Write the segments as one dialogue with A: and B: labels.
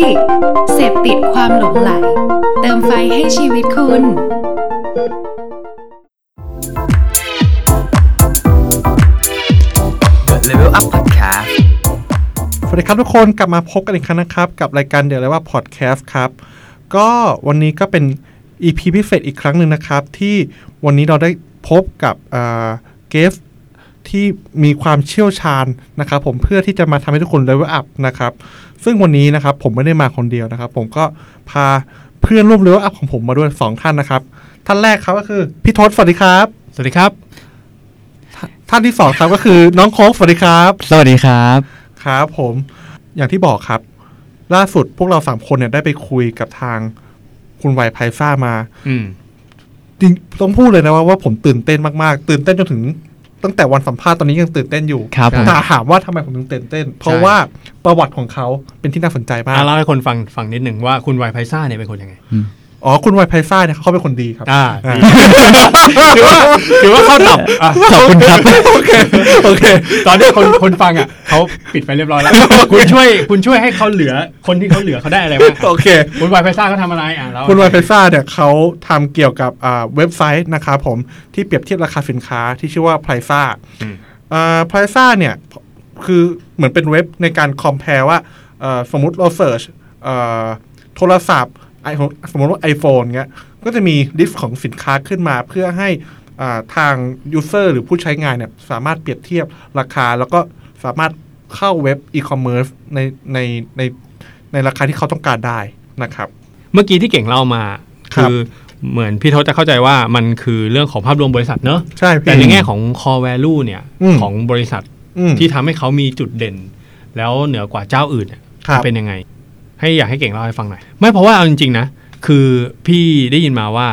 A: ดิกเสพติดความหลงไหล เติมไฟให้ชีวิตคุณ
B: เลเวลอัพพอดแคสต์
C: สวัสดีครับทุกคนกลับมาพบกันอีกครั้งนะครับ กับรายการเดี๋ยวเลยว่าพอดแคสต์ครับ ก็วันนี้ก็เป็น EP พิเศษอีกครั้งหนึ่งนะครับ ที่วันนี้เราได้พบกับเกฟที่มีความเชี่ยวชาญนะครับ ผมเพื่อที่จะมาทำให้ทุกคนเลเวลอัพนะครับ ซึ่งวันนี้นะครับผมไม่ได้มาคนเดียวนะครับ ผมก็พาเพื่อนร่วมเลเวลอัพของผมมาด้วยสองท่านนะครับ ท่านแรกครับก็คือพี่ทศสวัสดีครับ
D: สวัสดีครับ
C: ท่านที่สองครับก็คือน้องโค้กสวัสดีครับ
D: สวัสดีครับ
C: ครับผมอย่างที่บอกครับ ล่าสุดพวกเราสามคนเนี่ยได้ไปคุยกับทางคุณไวไพซ่ามา
D: อืม
C: จริงต้องพูดเลยนะว่าว่าผมตื่นเต้นมากๆ ตื่นเต้นจนถึง ตั้งแต่วันสัมภาษณ์ตอนนี้ยังตื่นเต้นอยู่
D: ครับผม
C: แต่ถามว่าทำไมผมถึงตื่นเต้น เพราะว่าประวัติของเขาเป็นที่น่าสนใจมาก
D: อ่ะเล่าให้คนฟังฟังนิดหนึ่งว่าคุณไวไพซ่าเนี่ยเป็นคนยังไง
C: อ๋อคุณไวไพซ่าเนี่ยเขาเป็นคนดีครับ
D: อ่า
C: อ่า
D: ถือว่า ถือว่าเข้าดับ อ่ะ
E: ขอบคุณครับ
C: โอเคโอเค
D: ตอนนี้คนคนฟังอ่ะเขาปิดไปเรียบร้อย แล้ว คุณช่วยคุณช่วยให้เขาเหลือ คนที่เขาเหลือเขาได้อะไรบ้าง
C: โอเค
D: คุณไวไพซ่าเขาทำอะไรอ่ะเรา
C: คุณไวเฟซ่าเนี่ยเขาทำเกี่ยวกับอ่าเว็บไซต์นะครับผมที่เปรียบเทียบราคาสินค้าที่ชื่อว่าไพรซ่าไพรซ่าเนี่ยคือเหมือนเป็นเว็บในการคอมเพลว่าเอ่อสมมติเราเสิร์ชโทรศัพท์ iPhone- สมมติว่า iPhone เงี้ยก็จะมีลิสต์ของสินค้าขึ้นมาเพื่อให้อ่าทางยูเซอร์หรือผู้ใช้งานเนี่ยสามารถเปรียบเทียบราคา แล้วก็สามารถเข้าเว็บอีคอมเมิร์ซในในในในราคาที่เขาต้องการได้นะครับ
D: เมื่อกี้ที่เก่งเล่ามา
C: ครับ
D: คือเหมือนพี่ทศจะเข้าใจว่ามันคือเรื่องของภาพรวมบริษัทเนอะ
C: ใช่พี่
D: แต่ในแง่ของ core value เนี่ย
C: อืม
D: ของบริษัท
C: อืม
D: ที่ทำให้เขามีจุดเด่น แล้วเหนือกว่าเจ้าอื่นเนี่ย
C: ครับ
D: เป็นยังไง ให้อยากให้เก่งเล่าให้ฟังหน่อย ไม่เพราะว่าเอาจริงๆนะ คือพี่ได้ยินมาว่า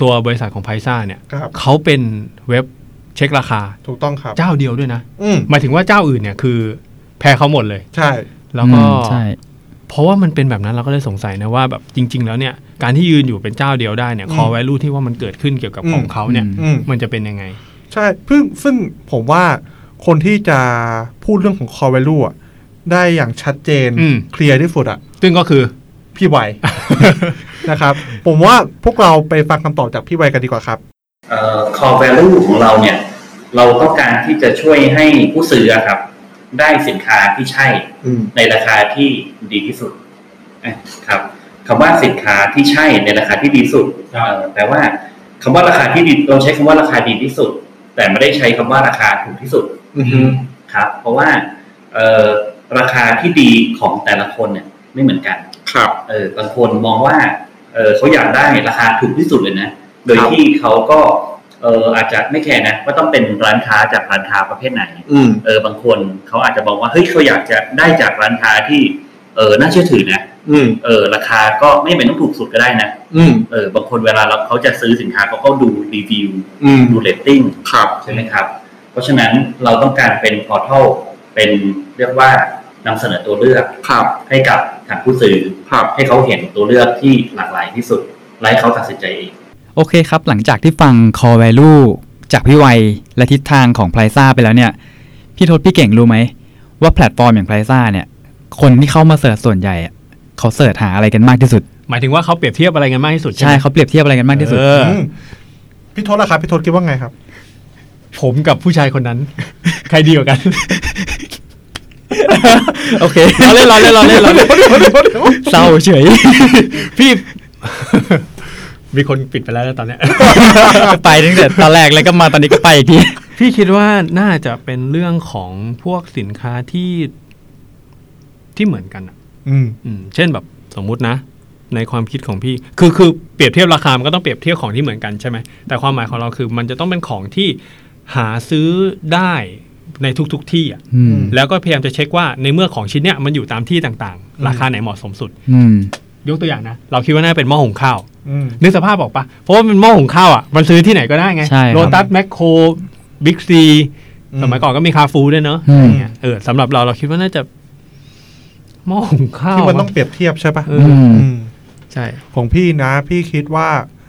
D: ตัวบริษัทของไพซ่าเนี่ย
C: ครับ
D: เขาเป็นเว็บเช็คราคา
C: ถูกต้องครับ
D: เจ้าเดียวด้วยนะ
C: อืม
D: หมายถึงว่าเจ้าอื่นเนี่ยคือแพ้เขาหมดเลย
C: ใช่
D: แล้วก็
E: อืมใช่
D: เพราะว่ามันเป็นแบบนั้นเราก็เลยสงสัยนะว่าแบบจริง ๆ แล้วเนี่ยการที่ยืนอยู่เป็นเจ้าเดียวได้เนี่ย
C: อืม
D: core value ที่ว่ามันเกิดขึ้นเกี่ยวกับของเขาเนี่ย
C: อืม
D: มันจะเป็นยังไง
C: ใช่เพิ่งซึ่งผมว่าคนที่จะพูดเรื่องของ core value อะได้อย่างชัดเจน
D: อืม
C: เคลียร์ที่สุดอะ
D: ซึ่งก็คือ
C: พี่ไว นะครับ ผมว่าพวกเราไปฟังคำตอบจากพี่ไวกันดีกว่าครับ
F: เอ่อ core value ของเราเนี่ย เราต้องการที่จะช่วยให้ผู้ซื้ออะครับ ได้สินค้าที่ใช่
C: อืม
F: ในราคาที่ดีที่สุดนะครับคำว่าสินค้าที่ใช่ในราคาที่ดีที่สุดเอ่อแต่ว่าคำว่าราคาที่ดีเราใช้คำว่าราคาดีที่สุด แต่ไม่ได้ใช้คำว่าราคาถูกที่สุด
C: อือฮึ
F: ครับ เพราะว่าเอ่อราคาที่ดีของแต่ละคนเนี่ยไม่เหมือนกัน
C: ครับ
F: เออบางคนมองว่าเออเขาอยากได้ราคาถูกที่สุดเลยนะ โดย
C: ครับ
F: ที่เขาก็เอออาจจะไม่แคร์นะว่าต้องเป็นร้านค้าจากร้านค้าประเภทไหน
C: อืม
F: เออบางคนเขาอาจจะบอกว่าเฮ้ยเขาอยากจะได้จากร้านค้าที่เออน่าเชื่อถือนะ
C: อืม
F: เออราคาก็ไม่จำเป็นต้องถูกสุดก็ได้นะ
C: อืม
F: เออบางคนเวลาเราเขาจะซื้อสินค้าเขาก็ดูรีวิว
C: อืม
F: ดูเรตติ้ง
C: ครับ
F: ใช่ไหมครับ เพราะฉะนั้นเราต้องการเป็นพอร์ทัลเป็นเรียกว่านำเสนอตัวเลือก
C: ครับ
F: ให้กับทางผู้ซื้อ
C: ครับ
F: ให้เขาเห็นตัวเลือกที่หลากหลายที่สุดและให้เขาตัดสินใจเอง
E: โอเคครับ หลังจากที่ฟัง core value จากพี่ไวัยและทิศทางของไพรซ่าไปแล้วเนี่ย พี่ทศพี่เก่งรู้ไหม ว่าแพลตฟอร์มอย่างไพรซ่าเนี่ย คนที่เข้ามาเสิร์ชส่วนใหญ่อะเขาเสิร์ชหาอะไรกันมากที่สุด
D: หมายถึงว่าเขาเปรียบเทียบอะไรกันมากที่สุดใช่
E: ใช่
D: ไหม
E: เขาเปรียบเทียบอะไรกันมากที่สุด
D: เออ
C: พี่ทศล่ะครับ พี่ทศคิดว่าไงครับ
D: ผมกับผู้ชายคนนั้น ใครดีกว่ากัน
E: โอเค
D: เราเล่นเรา เล่นเราเล่นเราเล่น
E: เศร้าเฉย
D: พี่ มีคนปิดไปแล้วนะตอนเนี้ย
E: ไปตั้งแต่ตอนแรกแล้วก็มาตอนนี้ก็ไปอีกที
D: พี่คิดว่าน่าจะเป็นเรื่องของพวกสินค้าที่ที่เหมือนกันอะ
C: อืม
D: อืม เช่นแบบสมมุตินะ ในความคิดของพี่ คือคือเปรียบเทียบราคามันก็ต้องเปรียบเทียบของที่เหมือนกันใช่ไหมแต่ความหมายของเราคือ มันจะต้องเป็นของที่หาซื้อได้ในทุกๆทที่อะ
E: อืม
D: แล้วก็พยายามจะเช็คว่าในเมื่อของชิ้นเนี้ยมันอยู่ตามที่ต่างๆ ราคาไหนเหมาะสมสุด
E: อืม
D: ยกตัวอย่างนะ เราคิดว่าน่าเป็นหม้อหุงข้าว
C: อืม
D: นึกสภาพออกปะเพราะว่ามันหม้อหุงข้าวอ่ะ มันซื้อที่ไหนก็ได้ไง
E: ใช่ครับ
D: โลตัสแมคโครบิ๊กซี
C: อืม
D: สมัยก่อนก็มีคาฟูด้วยเนอะ
E: อืม
D: อะไรเงี้ยเออสำหรับเราเราคิดว่าน่าจะหม้อหุงข้าว
C: ที่มันต้อง
D: วะ
C: เปรียบเทียบใช่ปะ
D: เอ
E: อืม
C: อืม
D: ใช่
C: ของพี่นะ พี่คิดว่า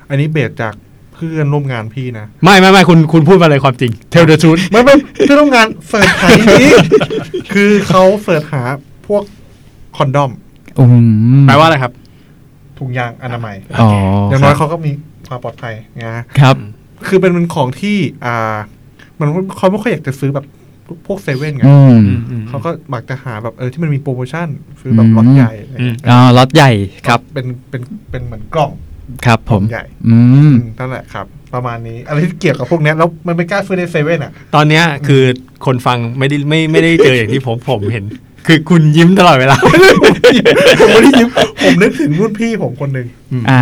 C: อันนี้เบสจากเพื่อนร่วมงานพี่นะ
D: ไม่ไม่ไม่คุณคุณพูดมาเลยความจริง เทลเดอร์ชูด
C: ไม่ไม่ที่ต้องง านเสิร์ชหาจริงๆคือเขาเสิร์ชหาพวกคอนดอม
E: อืม
G: แปลว่าอะไรครับ
C: ถุงยางอนามัย
E: อ๋อ
C: อย่างน้อยเขาก็มีความปลอดภัยนะครับ คือเป็นเป็นของที่อ่า มันเขาไม่ค่อยอยากจะซื้อแบบพวกเซเว่นไง
E: อืม
C: เขาก็มักจะหาแบบเออที่มันมีโปรโมชั่นซื้อแบบล็อตใหญ่อะไรเงี้ย
E: อ๋อล็อตใหญ่ครับ
C: เป็นเป็นเป็นเหมือนกล่อง
E: ครับผม
C: ใหญ่
E: อืม
C: นั่นแหละครับ ประมาณนี้อะไรที่เกี่ยวกับพวกเนี้ยแล้วมันไม่กล้าซื้อในเซเว่นอ่ะ
D: ตอนเนี้ยคือคนฟังไม่ได้ไม่ไม่ได้เจออย่างที่ผมผมเห็น คือคุณยิ้มตลอดเวลา
C: ผมไม่ได้ยิ้มผมนึกถึงรุ่นพี่ผมคนหนึ่ง
E: อ่า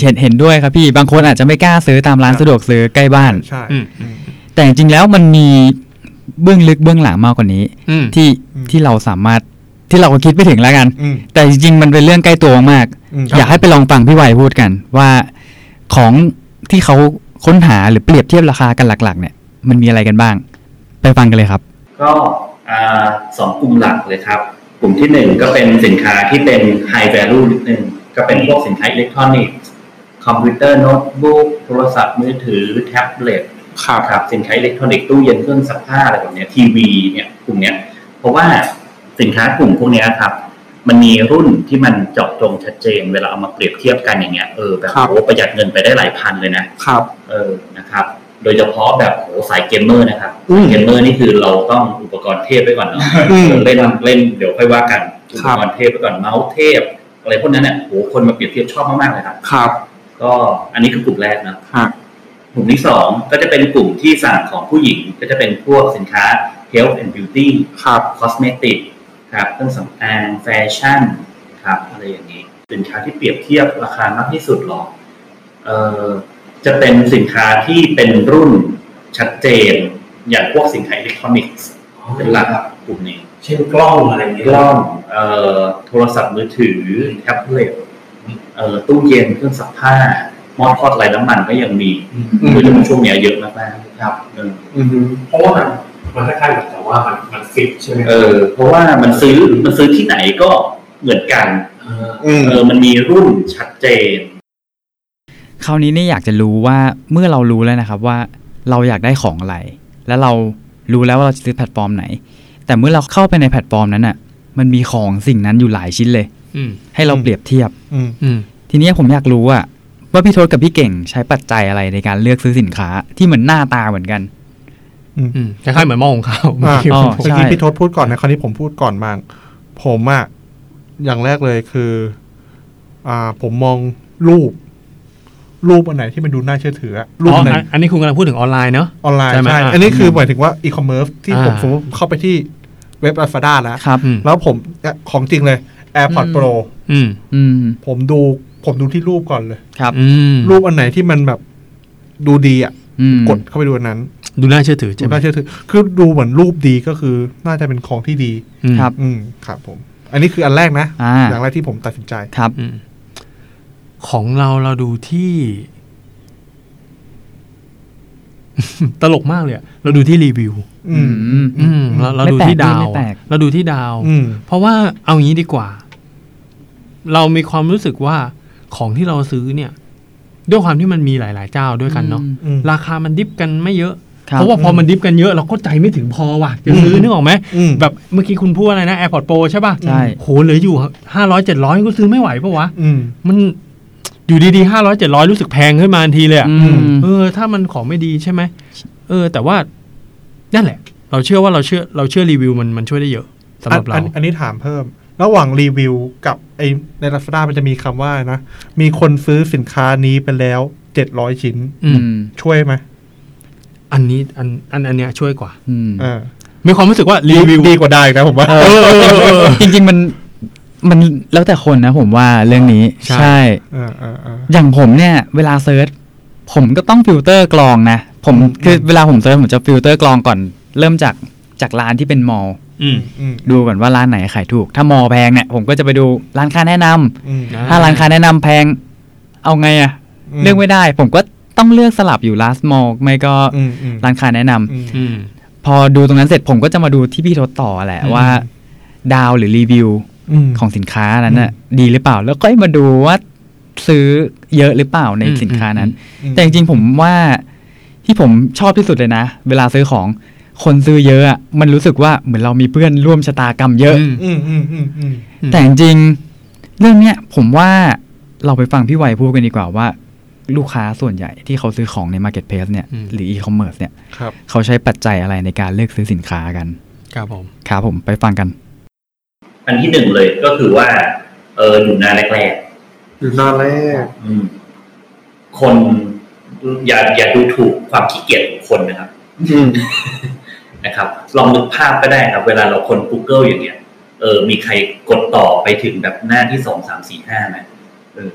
E: เห็นเห็นด้วยครับพี่บางคนอาจจะไม่กล้าซื้อตามร้านสะดวกซื้อใกล้บ้าน
C: ใช่
D: อืม
E: แต่จริงๆแล้วมันมีเบื้องลึกเบื้องหลังมากกว่านี้
D: อืม
E: ที่
C: อืม
E: ที่เราสามารถที่เราก็คิดไม่ถึงแล้วกัน
C: อืม
E: แต่จริงๆมันเป็นเรื่องใกล้ตัวมาก
C: อืม
E: อยากให้ไปลองฟังพี่วัยพูดกัน ว่าของที่เขาค้นหาหรือเปรียบเทียบราคากันหลัก ๆ เนี่ย มันมีอะไรกันบ้าง ไปฟังกันเลยครับ
F: ก็อ่าสองกลุ่มหลักเลยครับ กลุ่มที่หนึ่งก็เป็นสินค้าที่เป็น high value นิดนึงก็เป็นพวกสินค้าอิเล็กทรอนิกส์คอมพิวเตอร์โน้ตบุ๊กโทรศัพท์มือถือแท็บเล็ต
G: ครับ
F: ครับสินค้าอิเล็กทรอนิกส์ตู้เย็นเครื่องซักผ้าอะไรแบบเนี้ยทีวีเนี่ยกลุ่มเนี้ยเพราะว่าสินค้ากลุ่มพวกเนี้ยครับ มันมีรุ่นที่มันเจาะจงชัดเจน เวลาเอามาเปรียบเทียบกันอย่างเงี้ยเออแบบ
G: ครับ
F: โอ้ประหยัดเงินไปได้หลายพันเลยนะครับ เออนะครับ โดยเฉพาะแบบโอ้สายเกมเมอร์นะครับ
G: อืม
F: เกมเมอร์นี่คือเราต้องอุปกรณ์เทพไว้ก่อนเนาะ
G: อืม
F: เล่นเล่นเดี๋ยวค่อยว่ากันอุ
G: ครับ
F: ปกรณ์เทพไว้ก่อนเมาส์เทพอะไรพวกนั้นเนี่ยโอ้คนมาเปรียบเทียบชอบมากๆเลยครับ
G: ครับ
F: ก็อันนี้คือกลุ่มแรกนะ
G: ฮะ
F: กลุ่มที่สองก็จะเป็นกลุ่มที่สั่งของผู้หญิงก็จะเป็นพวกสินค้า health and beauty
G: ครับ
F: cosmetic ครับเครื่องสำอางแฟชั่นครับอะไรอย่างนี้ สินค้าที่เปรียบเทียบราคามากที่สุดหรอกเออจะเป็นสินค้าที่เป็นรุ่นชัดเจน อย่างพวกสินค้าอิเล็กทรอนิกส์เป็นหลักกลุ่มนี้
H: เช่นกล้องอะไรอย่างเงี้ย
F: กล้องเอ่อโทรศัพท์มือถือแท็บเล็ตเอ่อตู้เย็นเครื่องซักผ้าหมอดทอดไร้น้ำมันก็ยังมีคือเรื่องช่วงเนี้ยเยอะมากๆครับเออ
H: เพราะว่ามันมันคล้ายๆกับแต่ว่ามันมันฟิตใช่ไหม
F: เออเพราะว่ามันซื้อมันซื้อที่ไหนก็เหมือนกัน
H: เออ
F: เออมันมีรุ่นชัดเจน
E: คราวนี้เนี่ยอยากจะรู้ว่าเมื่อเรารู้แล้วนะครับว่าเราอยากได้ของอะไร แล้วเรารู้แล้วว่าเราจะซื้อแพลตฟอร์มไหน แต่เมื่อเราเข้าไปในแพลตฟอร์มนั้นอ่ะ มันมีของสิ่งนั้นอยู่หลายชิ้นเลย
D: อืม
E: ให้เรา
C: อืม
E: เปรียบเทียบ
C: อืม
D: อืม
E: ทีเนี้ยผมอยากรู้อะว่าพี่โทษกับพี่เก่งใช้ปัจจัยอะไรในการเลือกซื้อสินค้าที่เหมือนหน้าตาเหมือนกัน
D: อืมคล้ายๆเหมือนหมอหุงข้าว
C: อ่า
D: เมื่อกี้ผม
E: อ๋
C: เมื่อกี้
E: ใช่
C: พี่ทศพูดก่อนนะคราวนี้ผมพูดก่อนมากผมอะอย่างแรกเลยคือ อ่า ผมมองรูป รูปอันไหนที่มันดูน่าเชื่อถืออะรูป
D: อ๋อ
C: ไหน
D: อันอันนี้คุณกำลังพูดถึงออนไลน์เนาะ
C: ออนไลน์
D: ใช่ไหม
C: ใช่
D: อ่า
C: อันนี้คือหมายถึงว่าอีคอมเมิร์ซที่ผม
D: อ่า
C: สมมติผมเข้าไปที่เว็บ Lazada แล้ว
E: ครับ
D: อืม
C: แล้วผมเนี่ยของจริงเลย AirPod
E: อืม
C: Pro
D: อืม
E: อืม
C: ผมดู ผมดูที่รูปก่อนเลย
E: ครับ
D: อืม
C: รูปอันไหนที่มันแบบดูดีอ่ะ
E: อืม
C: กดเข้าไปดูอันนั้น
D: ดูน่าเชื่อถือ
C: ดู
D: ใช่ไหม
C: น่าเชื่อถือคือดูเหมือนรูปดีก็คือน่าจะเป็นของที่ดี
D: อืม
E: ครับ
C: อืมครับผม อันนี้คืออันแรกนะ
E: อ่า
C: ย่างแรกที่ผมตัดสินใจ
E: ครับ
D: อืมของเราเราดูที่ ตลกมากเลยอะเราดูที่รีวิว
C: อืม
E: อืม
D: อืมเราเราดูที่ดาว
E: ไม่แปลกพี่ไม่แปลก
D: เราดูที่ดาว
C: อืม
D: เพราะว่าเอางี้ดีกว่า เรามีความรู้สึกว่าของที่เราซื้อเนี่ย ด้วยความที่มันมีหลาย ๆ เจ้าด้วยกันเนาะ
C: อืม
D: ราคามันดิฟกันไม่เยอะ
E: ครับ
D: เพราะว่าพอมันดิฟกันเยอะ เราก็ใจไม่ถึงพอว่ะจะซื้อ
C: อืม
D: นึกออกไหม
C: อืม
D: แบบเมื่อกี้คุณพูดอะไรนะ AirPods Pro ใช่ป่ะ
E: ใช่
D: โหเหลืออยู่ห้าร้อยเจ็ดร้อยก็ซื้อไม่ไหวปะวะ
C: อืม
D: มันอยู่ดีๆห้าร้อยเจ็ดร้อยรู้สึกแพงขึ้นมาทันทีเลยอะ
E: อืม
D: เออถ้ามันของไม่ดีใช่ไหมเออ แต่ว่านั่นแหละ เราเชื่อว่าเราเชื่อเราเชื่อรีวิวมันมันช่วยได้เยอะสำหรับเรา
C: อันอันอันนี้ถามเพิ่ม ระหว่างรีวิวกับไอใน Lazada มันจะมีคำว่านะ มีคนซื้อสินค้านี้ไปแล้วเจ็ดร้อยชิ้น
D: อืม
C: ช่วยไหม
D: อันนี้อันอันอันเนี้ยช่วยกว่า
E: อืม
C: เออ
D: มีความรู้สึกว่ารีวิว
C: ดีกว่าได้นะผมว่า
D: เออเออเออ
E: จริงๆมันมันแล้วแต่คนนะผมว่าเรื่องนี้
D: ใช่
C: เออเออเออ
E: อย่างผมเนี่ย เวลาเซิร์ชผมก็ต้องฟิลเตอร์กรองนะผมคือเวลาผมเซิร์ชผมจะฟิลเตอร์กรองก่อน เริ่มจากจากร้านที่เป็นมอล
D: อืม
C: อืม
E: ดูก่อนว่าร้านไหนขายถูก ถ้ามอแพงเนี่ยผมก็จะไปดูร้านค้าแนะนำ
C: อืม
E: ถ้าร้านค้าแนะนำแพง เอาไงอะ
C: อืม
E: เลือกไม่ได้ ผมก็ต้องเลือกสลับอยู่ร้านมอไม่ก็
C: อืมอืม
E: ร้านค้าแนะนำ
C: อืม
D: อืม
E: พอดูตรงนั้นเสร็จผมก็จะมาดูที่พี่ทศต่อแหละ
D: อืม
E: ว่า ดาวหรือรีวิว
C: อืม
E: ของสินค้านั้นน่ะดีหรือเปล่า แล้วก็มาดูว่าซื้อเยอะหรือเปล่าในสินค้านั้น
C: อืม
E: แต่จริงๆผมว่าที่ผมชอบที่สุดเลยนะ เวลาซื้อของคนซื้อเยอะอะมันรู้สึกว่าเหมือนเรามีเพื่อนร่วมชะตากรรมเยอะ
D: อืม
C: อืมอืมอืมอืม
D: อืม
E: แต่จริง เรื่องเนี้ยผมว่าเราไปฟังพี่ไวยพูดกันดีกว่าว่า ลูกค้าส่วนใหญ่ที่เขาซื้อของใน Marketplace เนี่ย
D: อืม
E: หรือ e-commerce เนี่ย
C: ครับ
E: เขาใช้ปัจจัยอะไรในการเลือกซื้อสินค้ากัน
D: ครับผม
E: ครับผมไปฟังกัน
F: อันที่หนึ่งเลยก็คือว่า เอออยู่นานแรก
H: อยู่นานแรก
F: ๆอืม คนอย่าอย่าดูถูกความขี้เกียจของคนนะครับ
H: อืม
F: นะครับลองนึกภาพก็ได้ครับ เวลาเราคน Google อย่างเงี้ยเออมีใครกดต่อไปถึงแบบหน้าที่สองสามสี่ห้าไหมเออ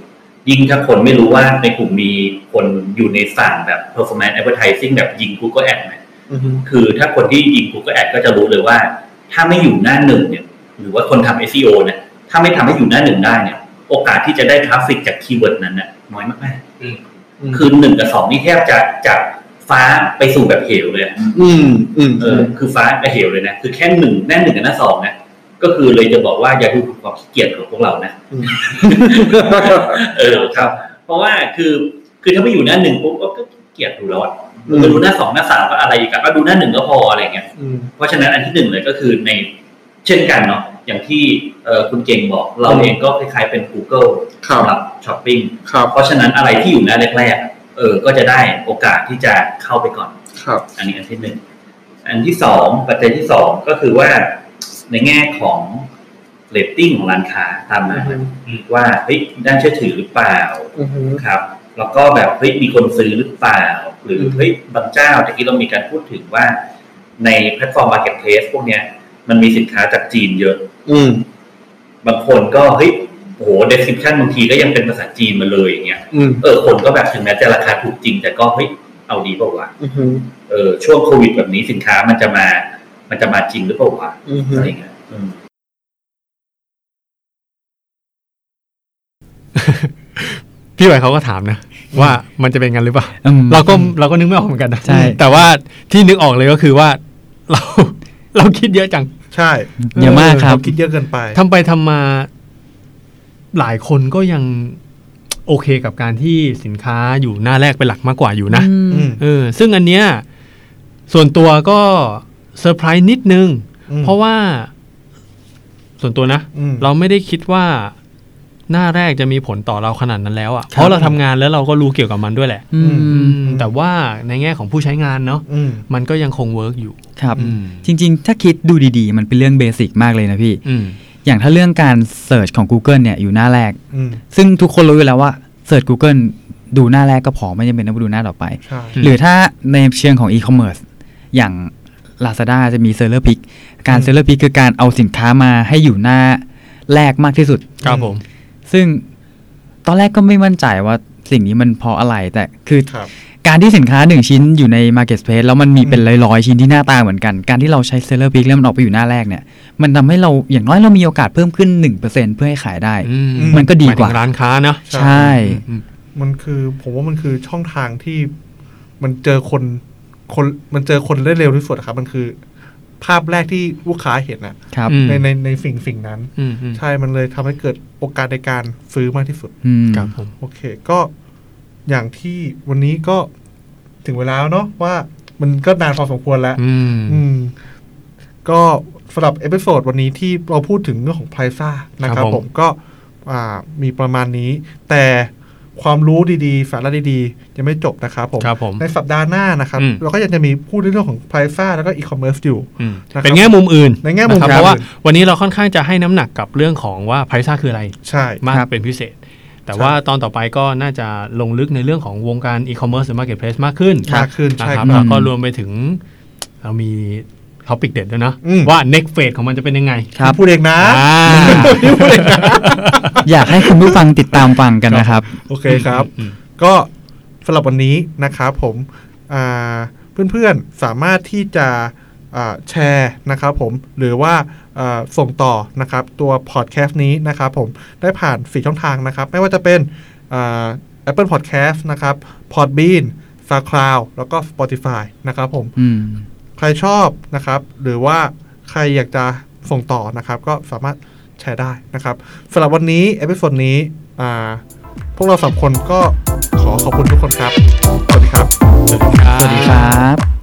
F: ยิ่งถ้าคนไม่รู้ว่าในกลุ่มมีคนอยู่ในฝั่งแบบ performance advertising แบบยิง Google Ad ไหม
H: อือฮึ
F: คือถ้าคนที่ยิง Google Ad ก็จะรู้เลยว่า ถ้าไม่อยู่หน้าหนึ่งเนี่ย หรือว่าคนทำ SEO เนี่ยถ้าไม่ทำให้อยู่หน้าหนึ่งได้เนี่ย โอกาสที่จะได้ทราฟฟิกจากคีย์เวิร์ดนั้นน่ะน้อยมากๆ คือหนึ่งกับสองนี่แทบจะจากฟ้าไปสู่แบบเหวเลยอะ
H: อืมอืม
F: เออคือฟ้ากับเหวเลยนะ คือแค่หนึ่งแน่หนึ่งกับหน้าสองนะ ก็คือเลยจะบอกว่าอย่าดูถูกความขี้เกียจของพวกเรานะ เออครับ เพราะว่าคือคือถ้าไม่อยู่หน้าหนึ่งปุ๊บก็ก็ขี้เกียจดูแล้วอ่ะก็ดูหน้าสองหน้าสามก็อะไรอีกอะก็ดูหน้าหนึ่งก็พออะไรอย่างเงี้ย
H: อืม
F: เพราะฉะนั้นอันที่หนึ่งเลยก็คือในเช่นกันเนาะอย่างที่เอ่อคุณเก่งบอกเราเองก็คล้ายๆเป็น Google
H: ครับ
F: สำหรับช้อปปิ้ง
H: ครับ
F: เพราะฉะนั้นอะไรที่อยู่หน้าแรกๆเออก็จะได้โอกาสที่จะเข้าไปก่อน
H: ครับ
F: อันนี้อันที่หนึ่ง อันที่สองปัจจัยที่สองก็คือว่าในแง่ของเรตติ้งของร้านค้าตามมาว่าเฮ้ยน่าเชื่อถือหรือเปล่า
H: อือฮึ
F: ครับ แล้วก็แบบเฮ้ยมีคนซื้อหรือเปล่า หรือ
H: อืม
F: เฮ้ยบางเจ้าตะกี้เรามีการพูดถึงว่า ในแพลตฟอร์ม Marketplace พวกเนี้ยมันมีสินค้าจากจีนเยอะ
H: อืม
F: บางคนก็เฮ้ยโอ้โห description บางทีก็ยังเป็นภาษาจีนมาเลยอย่างเงี้ย
H: อืม
F: เออคนก็แบบถึงแม้จะราคาถูกจริง แต่ก็เฮ้ยเอาดีเปล่าวะ
H: อือฮึ
F: เออช่วงโควิดแบบนี้สินค้ามันจะมา มันจะมาจริงหรือเปล่าวะ
H: อือฮึ
F: อะไรเงี้ยอืม
D: พี่ไหวเขาก็ถามนะ ว่ามันจะเป็นกันหรือเปล่า
E: อืม
D: เราก็เราก็นึกไม่ออกเหมือนกันนะ
E: ใช่
D: แต่ว่าที่นึกออกเลยก็คือว่าเรา เราคิดเยอะจัง
C: ใช่
E: เยอะมากครับ
C: เคิดเยอะเกินไป
D: ทำไปทำมาหลายคนก็ยังโอเคกับการที่สินค้าอยู่หน้าแรกเป็นหลักมากกว่าอยู่นะ
C: อืม
D: เออซึ่งอันเนี้ยส่วนตัวก็เซอร์ไพรส์นิดนึง
C: อืม
D: เพราะว่าส่วนตัวนะ
C: อืม
D: เราไม่ได้คิดว่าหน้าแรกจะมีผลต่อเราขนาดนั้นแล้วอะ่ะเพราะเราทำงานแล้วเราก็รู้เกี่ยวกับมันด้วยแหละ
E: อืม
D: อืม แต่ว่าในแง่ของผู้ใช้งานเนาะ
C: อืม
D: มันก็ยังคงเวิร์กอยู่
E: ครับ
D: อืม
E: จริง ๆ ถ้าคิดดูดีๆ มันเป็นเรื่องเบสิกมากเลยนะพี่
D: อืม
E: อย่างถ้าเรื่องการเสิร์ชของ Google เนี่ยอยู่หน้าแรก
C: อืม
E: ซึ่งทุกคนรู้อยู่แล้วว่าเสิร์ช Google ดูหน้าแรกก็พอไม่จำเป็นต้องไปดูหน้าต่อไป
C: ใช่
E: หรือถ้าในเชิงของ e-commerce อย่าง Lazada จะมี seller pick การ seller pick คือการเอาสินค้ามาให้อยู่หน้าแรกมากที่สุด
D: ครับผม
E: ซึ่งตอนแรกก็ไม่มั่นใจว่าสิ่งนี้มันเพราะอะไร แต่คือ
C: ครับ
E: การที่สินค้าหนึ่งชิ้นอยู่ใน market space แล้วมันมีเป็นร้อยๆชิ้นที่หน้าตาเหมือนกัน การที่เราใช้ seller pick แล้วมันออกไปอยู่หน้าแรกเนี่ย มันทำให้เราอย่างน้อยเรามีโอกาสเพิ่มขึ้น 1%เพื่อให้ขายได้
D: อืม
E: มันก็ดีกว่า
D: หมยถึงร้านค้านะ
E: ใช่
D: อืม
C: มันคือผมว่ามันคือช่องทางที่มันเจอคนคน มันเจอคนได้เร็วที่สุดอะครับ มันคือ ภาพแรกที่ลูกค้าเห็นนะครับ
D: อืม
C: ในในในสิ่งสิ่งนั้น
D: อืมอืม
C: ใช่มันเลยทำให้เกิดโอกาสในการซื้อมากที่สุด
E: อืม
D: ครับผม
C: โอเค ก็อย่างที่วันนี้ก็ถึงเวลาแล้วเนาะว่ามันก็นานพอสมควรแล้ว
D: อืม
C: อืม ก็สำหรับเอพิโซดวันนี้ที่เราพูดถึงเรื่องของไพรซ่านะค
D: ครั
C: รับบ ผ
D: ผม ม
C: ก็อ่ามีประมาณนี้ แต่ความรู้ดีๆสาระดีๆ ยังไม่จบนะครับผม
D: ครับผม
C: ในสัปดาห์หน้านะครับ
D: อืม
C: เราก็ยังจะมีพูดในเรื่องของไพรซ่าแล้วก็อีคอมเมิร์ซอยู่
D: อืม
C: นะครับ
D: เป็นแง่มุมอื่น
C: ในแง่มุม
D: ะครับ
C: ครับ
D: เพราะว่าวันนี้เราค่อนข้างจะให้น้ำหนักกับเรื่องของว่าไพรซ่าคืออะไร
C: ใช่
D: มาก
E: ครับ
D: เป็นพิเศษ แต่ว่าตอนต่อไปก็น่าจะลงลึกในเรื่องของวงการอีคอมเมิร์ซหรือมาร์เก็ตเพลสมากขึ้น
C: มากขึ้นใช่
D: นะครับ
C: ครับ
D: แล้วก็รวมไปถึงเรามีท็อปิกเด็ดด้วยนะ
C: อืม
D: ว่า next phase ของมันจะเป็น ยังไง
E: ครับ
C: พูดเองนะ
D: อ่า
E: อยากให้คุณผู้ฟังติดตามฟังกันนะครับ
C: โอเคครับ
D: อืม
C: ก็สำหรับวันนี้นะครับผมอ่าเพื่อนๆ สามารถที่จะอ่าแชร์นะครับผมหรือว่าอ่าส่งต่อนะครับตัวพอดแคสต์นี้นะครับผมได้ผ่าน 4 ช่องทางนะครับ ไม่ว่าจะเป็นอ่า Apple Podcast นะครับ Podbean SoundCloud แล้วก็ Spotify นะครับผม
E: อืม
C: ใครชอบนะครับ หรือว่าใครอยากจะส่งต่อนะครับ ก็สามารถแชร์ได้นะครับสำหรับวันนี้ เอพิโซดนี้อ่าพวกเราสามคนก็ขอขอบคุณทุกคนครับ สวัสดีครับ
E: สวัสดีครับ